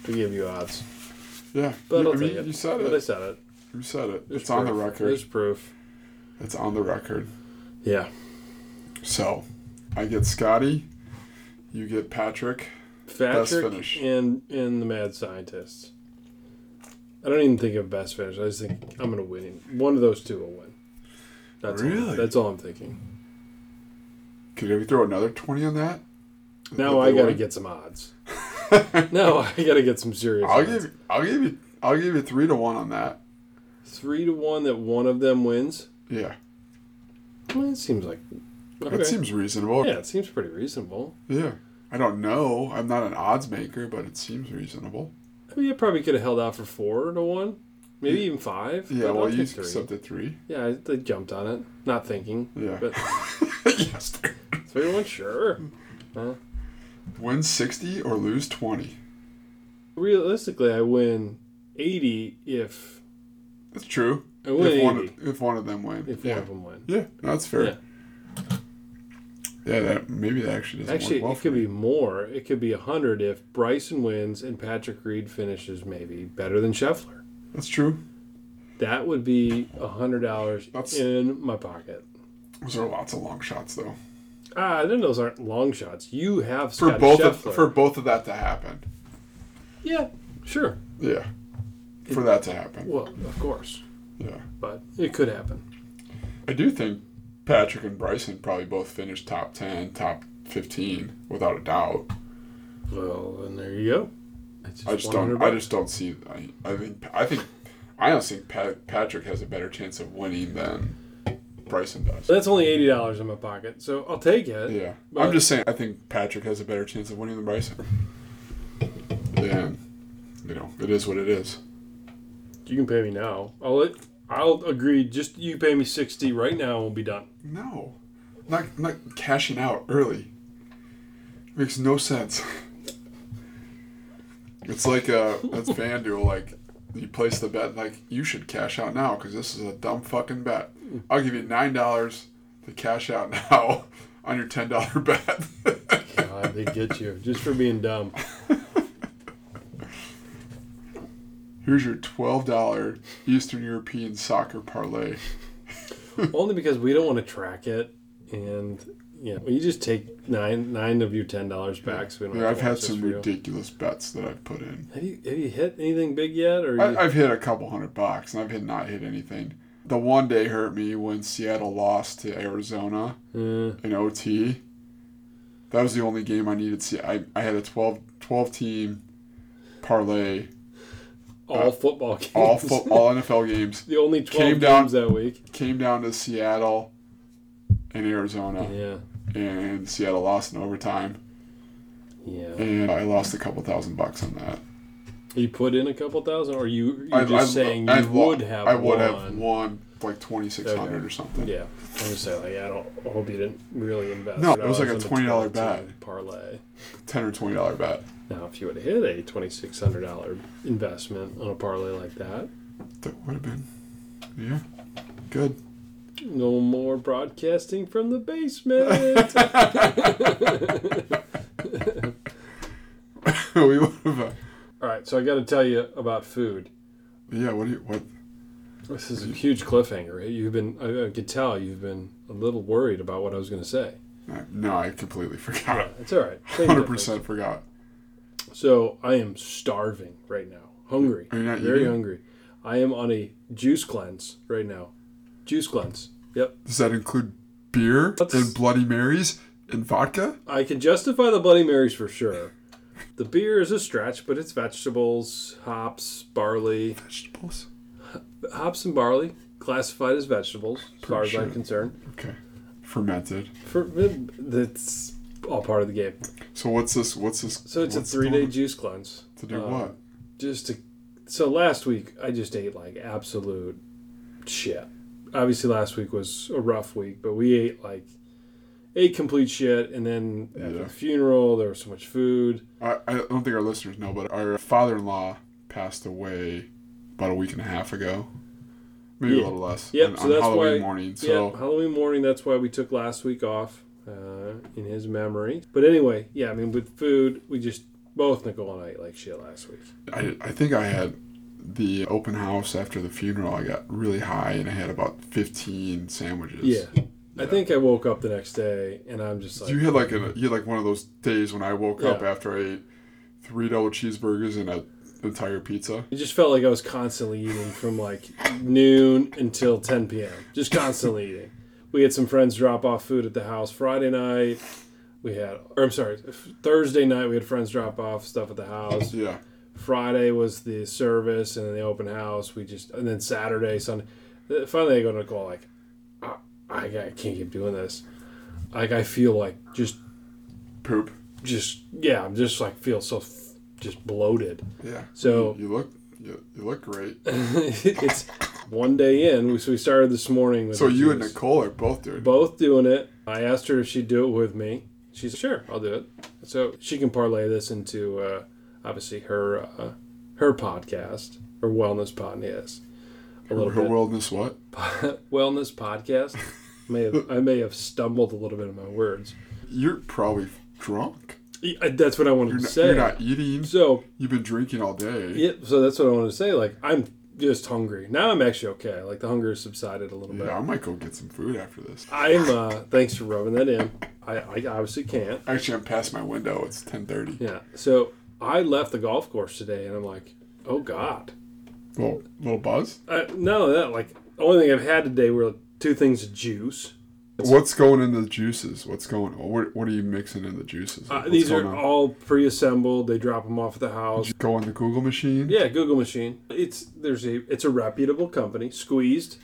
C: to give you odds,
D: Yeah.
C: but
D: you,
C: I'll
D: I mean,
C: take it.
D: you said
C: But I
D: it.
C: said it.
D: You said it.
C: There's
D: it's on the
C: proof.
D: record.
C: There's proof.
D: It's on the record.
C: Yeah.
D: So, I get Scotty. You get Patrick.
C: Patrick
D: finish.
C: and and the mad scientist. I don't even think of best finish. I just think I'm gonna win. One of those two will win. That's All,
D: Really?
C: that's all I'm thinking.
D: Could we throw another 20 on that?
C: Now
D: That
C: I
D: they
C: gotta
D: win?
C: get some odds. no, I gotta get some serious.
D: I'll
C: odds.
D: give, I'll give you I'll give you 3 to 1 on that.
C: three to one that one of them wins.
D: Yeah.
C: Well, it seems like okay.
D: That seems reasonable.
C: yeah, it seems pretty reasonable.
D: yeah. I don't know. I'm not an odds maker, but it seems reasonable.
C: I mean, you probably could have held out for four to one, maybe even five.
D: Yeah,
C: but I'll
D: well, you
C: take three.
D: accepted 3.
C: Yeah, I, I jumped on it, not thinking.
D: Yeah.
C: but
D: yes.
C: three to one, sure.
D: Hmm. Win 60 or lose 20.
C: realistically, I win eighty if
D: That's true.
C: I win
D: if, one,
C: eighty
D: if one of them win.
C: if
D: yeah.
C: one of them win.
D: yeah, that's fair.
C: Yeah.
D: Yeah, that maybe that actually doesn't
C: Actually,
D: work well
C: it
D: for
C: could
D: me.
C: be more. It could be 100 if Bryson wins and Patrick Reed finishes maybe better than Scheffler.
D: That's true.
C: That would be $100
D: That's-
C: in my pocket.
D: Those are lots of long shots though.
C: Ah, then those aren't long shots. You have
D: For
C: Scotty
D: both of,
C: Scheffler.
D: for both of that to happen.
C: yeah, sure.
D: Yeah. For that to happen.
C: Well, of course.
D: Yeah.
C: But it could happen.
D: I do think Patrick and Bryson probably both finished top 10, top 15 without a doubt.
C: Well, then there you go. It's
D: I just
C: 100
D: don't I
C: bucks.
D: just don't see I, I think I think I honestly think Pat, Patrick has a better chance of winning than Bryson does.
C: That's only eighty dollars in my pocket, so I'll take it.
D: Yeah.
C: But-
D: I'm just saying, I think Patrick has a better chance of winning than Bryson. And, you know, it is what it is.
C: You can pay me now. I'll let, I'll agree. Just you pay me sixty right now, and we'll be done.
D: No. Not, not cashing out early. Makes no sense. It's like uh, that's FanDuel. Like you place the bet, like you should cash out now because this is a dumb fucking bet. I'll give you nine dollars to cash out now on your ten dollar bet.
C: God, they get you just for being dumb.
D: Here's your twelve dollar Eastern European soccer parlay.
C: only because we don't want to track it, and you know, you just take nine nine of your ten dollars back. So we don't.
D: Yeah,
C: have
D: I've
C: to
D: had
C: watch this
D: some
C: for you.
D: ridiculous bets that I've put in.
C: Have you have you hit anything big yet? Or you,
D: I, I've hit a couple hundred bucks, and I've hit not hit anything. The one day hurt me when Seattle lost to Arizona
C: Uh,
D: in OT. That was the only game I needed. See, I, I had a 12, 12 team parlay,
C: all football games.
D: all fo- all NFL games.
C: the only twelve
D: Came
C: games
D: down-
C: that week.
D: Came down to Seattle and Arizona,
C: Yeah,
D: and Seattle lost in overtime,
C: yeah.
D: and I lost a couple thousand bucks on that.
C: You put in a couple thousand, or you you're
D: I,
C: just
D: I-
C: saying you
D: I lo-
C: would have.
D: I would have
C: won.
D: won like twenty six hundred or something.
C: Yeah, I'm just saying. Like, I don't. I hope you didn't really invest.
D: No, it was like a
C: on the
D: $20
C: $12
D: bet.
C: parlay.
D: ten or twenty dollar bet.
C: Now, if you would have hit a twenty-six hundred dollar investment on a parlay like that,
D: That would have been. Yeah. Good.
C: no more broadcasting from the basement.
D: we would have. Uh,
C: All right, so I got to tell you about food.
D: yeah. What do you? What?
C: This is a huge cliffhanger. You've been. I, I could tell you've been a little worried about what I was going to say.
D: uh, No, I completely forgot.
C: It's all right. Same
D: Hundred
C: difference.
D: percent forgot.
C: So I am starving right now. Hungry.
D: Are you not
C: Very
D: eating?
C: hungry. I am on a juice cleanse right now. Juice cleanse. Yep.
D: Does that include beer
C: Let's-
D: and Bloody Marys and vodka?
C: I can justify the Bloody Marys for sure. The beer is a stretch, but it's vegetables, hops, barley.
D: Vegetables.
C: Hops and barley classified as vegetables, as far as
D: Pretty
C: I'm
D: sure.
C: concerned.
D: Okay. Fermented.
C: For that's all part of the game.
D: So what's this? What's this?
C: So it's
D: what's
C: a
D: the
C: three day
D: one
C: juice cleanse.
D: to do
C: uh,
D: what?
C: just to so last week I just ate like absolute shit. Obviously last week was a rough week, but we ate like ate complete shit and then at
D: Yeah.
C: the funeral there was so much food.
D: I, I don't think our listeners know, but our father-in-law passed away about a week and a half ago, maybe
C: Yeah.
D: a little less.
C: Yep,
D: on,
C: so
D: on
C: that's
D: Halloween
C: why-
D: morning.
C: So
D: So
C: Halloween morning that's why we took last week off uh, in his memory. But anyway, yeah, I mean with food we just both Nicole and I ate like shit last week.
D: I, I think I had the open house after the funeral. I got really high and I had about 15 sandwiches.
C: Yeah. I think I woke up the next day and I'm just like
D: You had like a you had like one of those days when I woke up
C: Yeah.
D: after I ate three double cheeseburgers and an entire pizza.
C: It just felt like I was constantly eating from like noon until 10 p.m. Just constantly eating. We had some friends drop off food at the house Friday night. We had, or I'm sorry, Thursday night we had friends drop off stuff at the house.
D: Yeah.
C: Friday was the service and then the open house. We just, and then Saturday, Sunday. Uh, Finally, I go to Nicole, like, I, I can't keep doing this. Like, I feel like just,
D: Poop.
C: just, yeah, I'm just like, feel so, f- just bloated.
D: Yeah.
C: So-
D: you, you look you, you look great.
C: it's one day in. We, so we started this morning. With
D: So
C: the
D: you and
C: juice.
D: Nicole are both doing.
C: both doing it. I asked her if she'd do it with me. She said, "Sure, I'll do it." So she can parlay this into uh, obviously her uh, her podcast, her wellness podcast, a
D: Her
C: little bit.
D: wellness what?
C: wellness podcast. may have, I may have stumbled a little bit in my words.
D: You're probably drunk.
C: Yeah, I- That's what I wanted
D: You're
C: to
D: not,
C: say.
D: you're not eating.
C: So
D: You've been drinking all day.
C: yeah, so that's what I wanted to say. Like I'm just hungry now. I'm actually okay. Like the hunger has subsided a little bit.
D: Yeah, I might go get some food after this.
C: I'm. uh Thanks for rubbing that in. I, I obviously can't.
D: Actually, I'm past my window. It's 10:30.
C: Yeah. So I left the golf course today, and I'm like, oh god.
D: Little little buzz.
C: I, no, that like the only thing I've had today were two things of juice.
D: What's going in the juices? What's going? What, what are you mixing in the juices?
C: Uh,
D: What's
C: these
D: going
C: are
D: on?
C: all pre-assembled. They drop them off at the house.
D: Just go on the Google machine.
C: Yeah, Google machine. It's there's a it's a reputable company. Squeezed.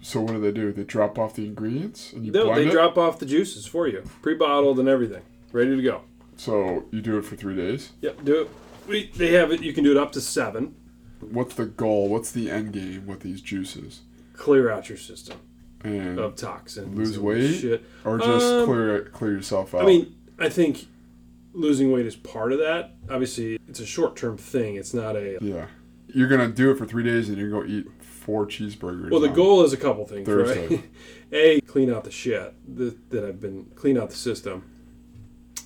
D: So what do they do? They drop off the ingredients and you
C: They,
D: blend
C: they
D: it.
C: drop off the juices for you, pre-bottled and everything, ready to go.
D: so you do it for three days.
C: Yep, do it. We, they have it. You can do it up to seven.
D: What's the goal? What's the end game with these juices?
C: Clear out your system
D: And
C: of toxins.
D: lose
C: and
D: weight
C: Shit.
D: or just
C: Oh. Um,
D: clear clear yourself out.
C: I mean, I think losing weight is part of that. Obviously, it's a short-term thing. It's not a
D: yeah, you're gonna do it for three days and you're gonna eat four cheeseburgers.
C: Well, the
D: on-
C: goal is a couple things,
D: Thursday.
C: right? a, clean out the shit that, that I've been clean out the system.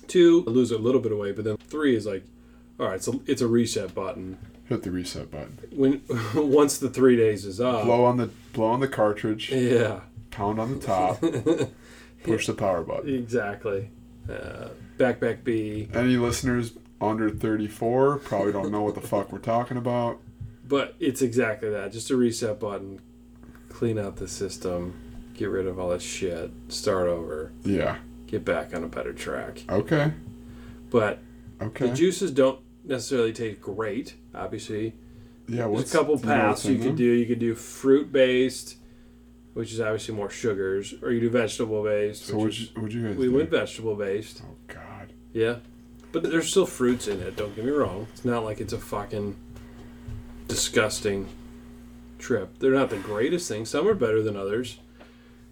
C: Two, lose a little bit of weight, but then three is like, all right, so it's a reset button.
D: hit the reset button.
C: When once the three days is up,
D: Blow on the blow on the cartridge.
C: yeah,
D: Pound on the top. push the power button.
C: exactly. Uh, back, back, B.
D: Any listeners under 34 probably don't know what the fuck we're talking about.
C: But it's exactly that. Just a reset button. Clean out the system. Get rid of all that shit. Start over.
D: Yeah.
C: Get back on a better track.
D: Okay.
C: But
D: Okay.
C: The juices don't necessarily taste great, obviously.
D: yeah.
C: There's
D: What's
C: a couple
D: do you know what's
C: paths you
D: in
C: could do.
D: them?
C: You could do fruit based, which is obviously more sugars, or you do vegetable based.
D: So
C: which
D: would
C: is,
D: you, would you guys?
C: we
D: do?
C: went vegetable based,
D: Oh God.
C: yeah. But there's still fruits in it. Don't get me wrong. It's not like it's a fucking disgusting trip. They're not the greatest thing. Some are better than others.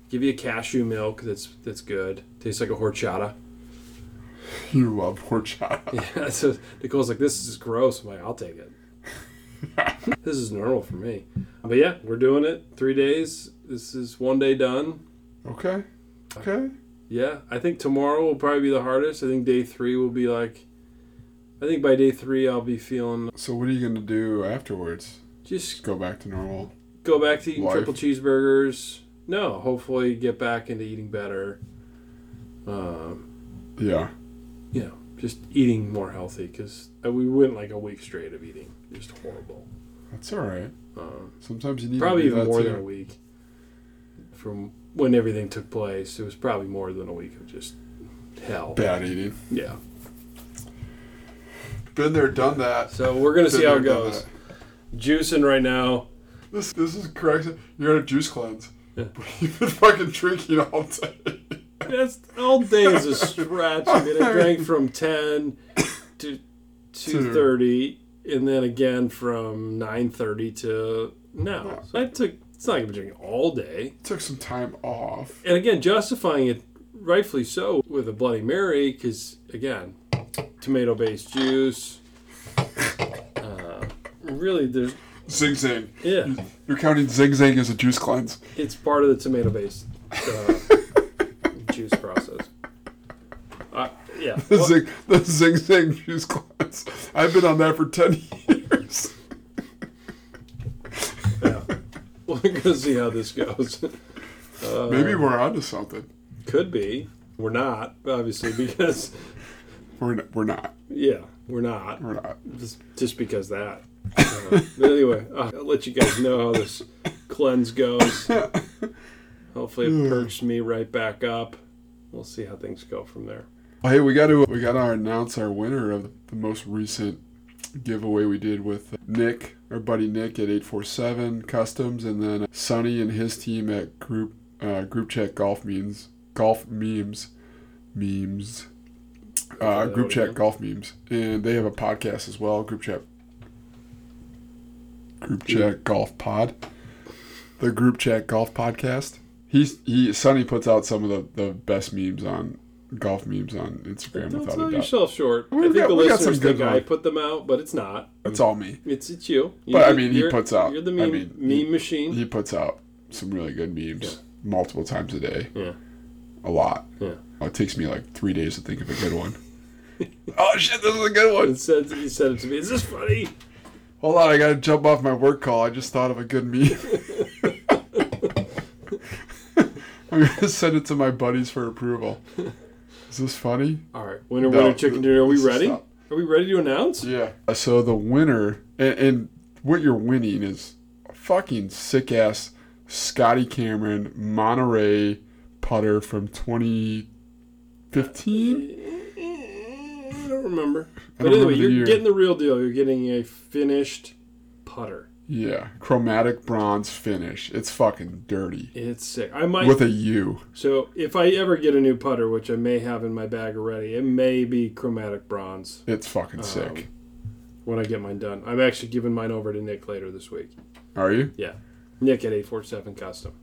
C: Give you a cashew milk that's that's good. Tastes like a horchata.
D: You love horchata.
C: Yeah, so Nicole's like, this is gross. I'm like, I'll take it. this is normal for me. But yeah, we're doing it. Three days. This is one day done.
D: Okay. Okay.
C: Yeah, I think tomorrow will probably be the hardest. I think day three will be like, I think by day three I'll be feeling
D: So what are you gonna do afterwards?
C: just
D: Just go back to normal.
C: go back to eating
D: Life.
C: triple cheeseburgers. No, hopefully get back into eating better. Um,
D: Yeah.
C: you know, just eating more healthy because we went like a week straight of eating just horrible.
D: That's all right.
C: Um,
D: Sometimes you need
C: probably
D: to do
C: even
D: that
C: more
D: too.
C: than a week from when everything took place it was probably more than a week of just hell
D: bad eating.
C: yeah
D: Been there, done that.
C: so we're gonna see
D: Been
C: how it
D: there, done
C: goes
D: that.
C: juicing right now
D: This this is correct. You're on a juice cleanse.
C: Yeah.
D: You've been fucking drinking all day.
C: that's all day is a stretch i mean i drank from 10 to 2.30 and then again from 9.30 to now so i took it's not like i've been drinking all day
D: Took some time off.
C: and again justifying it rightfully so with a bloody mary because again tomato based juice uh, really there's
D: Zig Zang.
C: yeah
D: You're counting Zig Zang as a juice cleanse.
C: it's part of the tomato based uh, juice process uh, yeah
D: The
C: well,
D: Zig the Zig Zang juice cleanse. I've been on that for ten years.
C: we're gonna see how this goes
D: Maybe we're onto something.
C: could be we're not obviously because
D: We're not, we're not.
C: yeah we're not
D: We're not.
C: just, just because that Uh, but anyway uh, i'll let you guys know how this cleanse goes hopefully it perks me right back up we'll see how things go from there
D: Well, Oh, hey, we got to we got to announce our winner of the most recent giveaway we did with Nick, our buddy Nick at 847 Customs, and then Sonny and his team at Group uh, Group Chat Golf Memes Golf Memes Memes uh,
C: that
D: Group
C: what it
D: Chat
C: is?
D: Golf Memes, and they have a podcast as well, Group Chat Group Chat Golf Pod, the Group Chat Golf Podcast. He's he Sonny puts out some of the, the best memes on golf memes on Instagram
C: don't
D: without
C: sell
D: a doubt.
C: yourself short i
D: We've
C: think
D: got-
C: the
D: we got some
C: listeners think
D: good
C: i
D: ones.
C: put them out but it's not
D: It's all me.
C: it's it's you, You-
D: But, I mean, he
C: you're-
D: puts out-
C: you're the
D: I
C: meme,
D: mean,
C: meme
D: he-
C: machine
D: He puts out some really good memes multiple times a day.
C: Yeah.
D: a lot.
C: Yeah.
D: Oh, it takes me like three days to think of a good one. oh shit, this is a good one.
C: It said he said it to me. Is this funny?
D: Hold on, I gotta jump off my work call. I just thought of a good meme. I'm gonna send it to my buddies for approval. Is this funny?
C: All right, winner,
D: No,
C: winner, chicken dinner. Are we
D: this is
C: ready?
D: not-
C: Are we ready to announce?
D: Yeah. Uh, So the winner and, and what you're winning is a fucking sick ass Scotty Cameron Monterey putter from 2015.
C: I don't remember.
D: I
C: But anyway,
D: don't remember the
C: you're
D: year.
C: getting the real deal. You're getting a finished putter.
D: Yeah, chromatic bronze finish. It's fucking dirty
C: It's sick. I might.
D: with a U.
C: so if I ever get a new putter, which I may have in my bag already, it may be chromatic bronze
D: It's
C: Oh.
D: fucking sick.
C: when I get mine done. I'm actually giving mine over to Nick later this week.
D: Are you?
C: Yeah, Nick at eight four seven custom.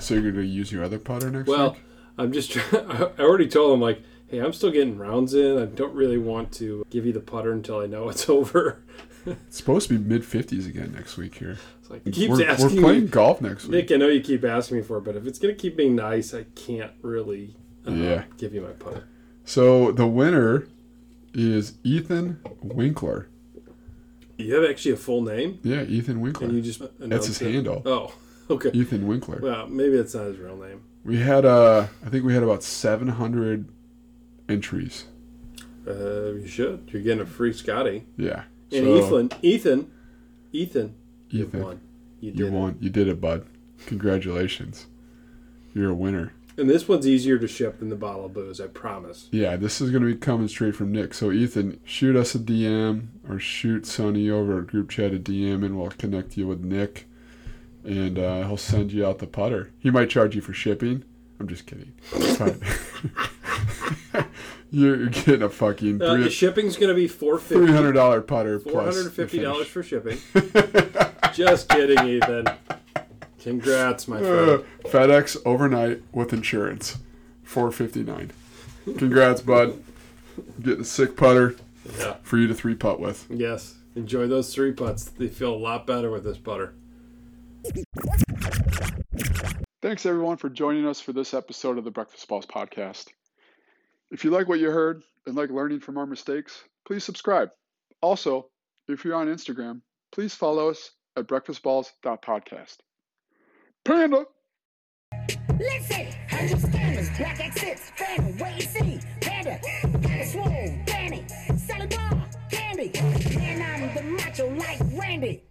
D: So you're gonna use your other putter next
C: Well,
D: week?
C: I'm just. Trying, I already told him like, hey, I'm still getting rounds in. I don't really want to give you the putter until I know it's over.
D: It's supposed to be mid 50s again next week here.
C: It's like he keeps
D: we're,
C: asking.
D: we're playing
C: me,
D: golf next week.
C: Nick, I know you keep asking me for it, but if it's gonna keep being nice, I can't really. Uh,
D: Yeah.
C: Give you my putter.
D: So the winner is Ethan Winkler.
C: You have actually a full name,
D: Yeah, Ethan Winkler.
C: and you just announced
D: his
C: it?
D: handle.
C: Oh, okay.
D: Ethan Winkler.
C: Well, maybe that's not his real name.
D: We had uh I think we had about 700 entries.
C: Uh, you should. You're getting a free Scotty.
D: Yeah.
C: And
D: So,
C: Ethan, Ethan, Ethan,
D: Ethan,
C: you won. You did.
D: you
C: it.
D: won. You did it, bud. Congratulations. You're a winner.
C: And this one's easier to ship than the bottle of booze. I promise.
D: Yeah, this is going to be coming straight from Nick. So Ethan, shoot us a DM or shoot Sonny over at group chat a DM, and we'll connect you with Nick, and uh, he'll send you out the putter. He might charge you for shipping. I'm just kidding. It's fine. you're, you're getting a fucking
C: Uh, the
D: three
C: shipping's going to be four
D: three
C: fifty.
D: hundred dollar putter
C: Four
D: plus
C: hundred
D: the
C: and fifty dollars
D: finish.
C: for shipping. Just kidding, Ethan. Congrats, my
D: Uh,
C: friend.
D: FedEx overnight with insurance, four fifty nine. Congrats, bud. Getting a sick putter
C: Yeah.
D: for you to three putt with.
C: Yes. Enjoy those three putts. They feel a lot better with this butter.
D: Thanks everyone for joining us for this episode of the Breakfast Balls podcast. If you like what you heard and like learning from our mistakes, please subscribe. Also, if you're on Instagram, please follow us at breakfastballs.podcast. Panda!
A: Listen, how you scammers, black X6, family, wait and see, panda, kinda swole, Danny, salad bar, candy, man, I'm the macho like Randy.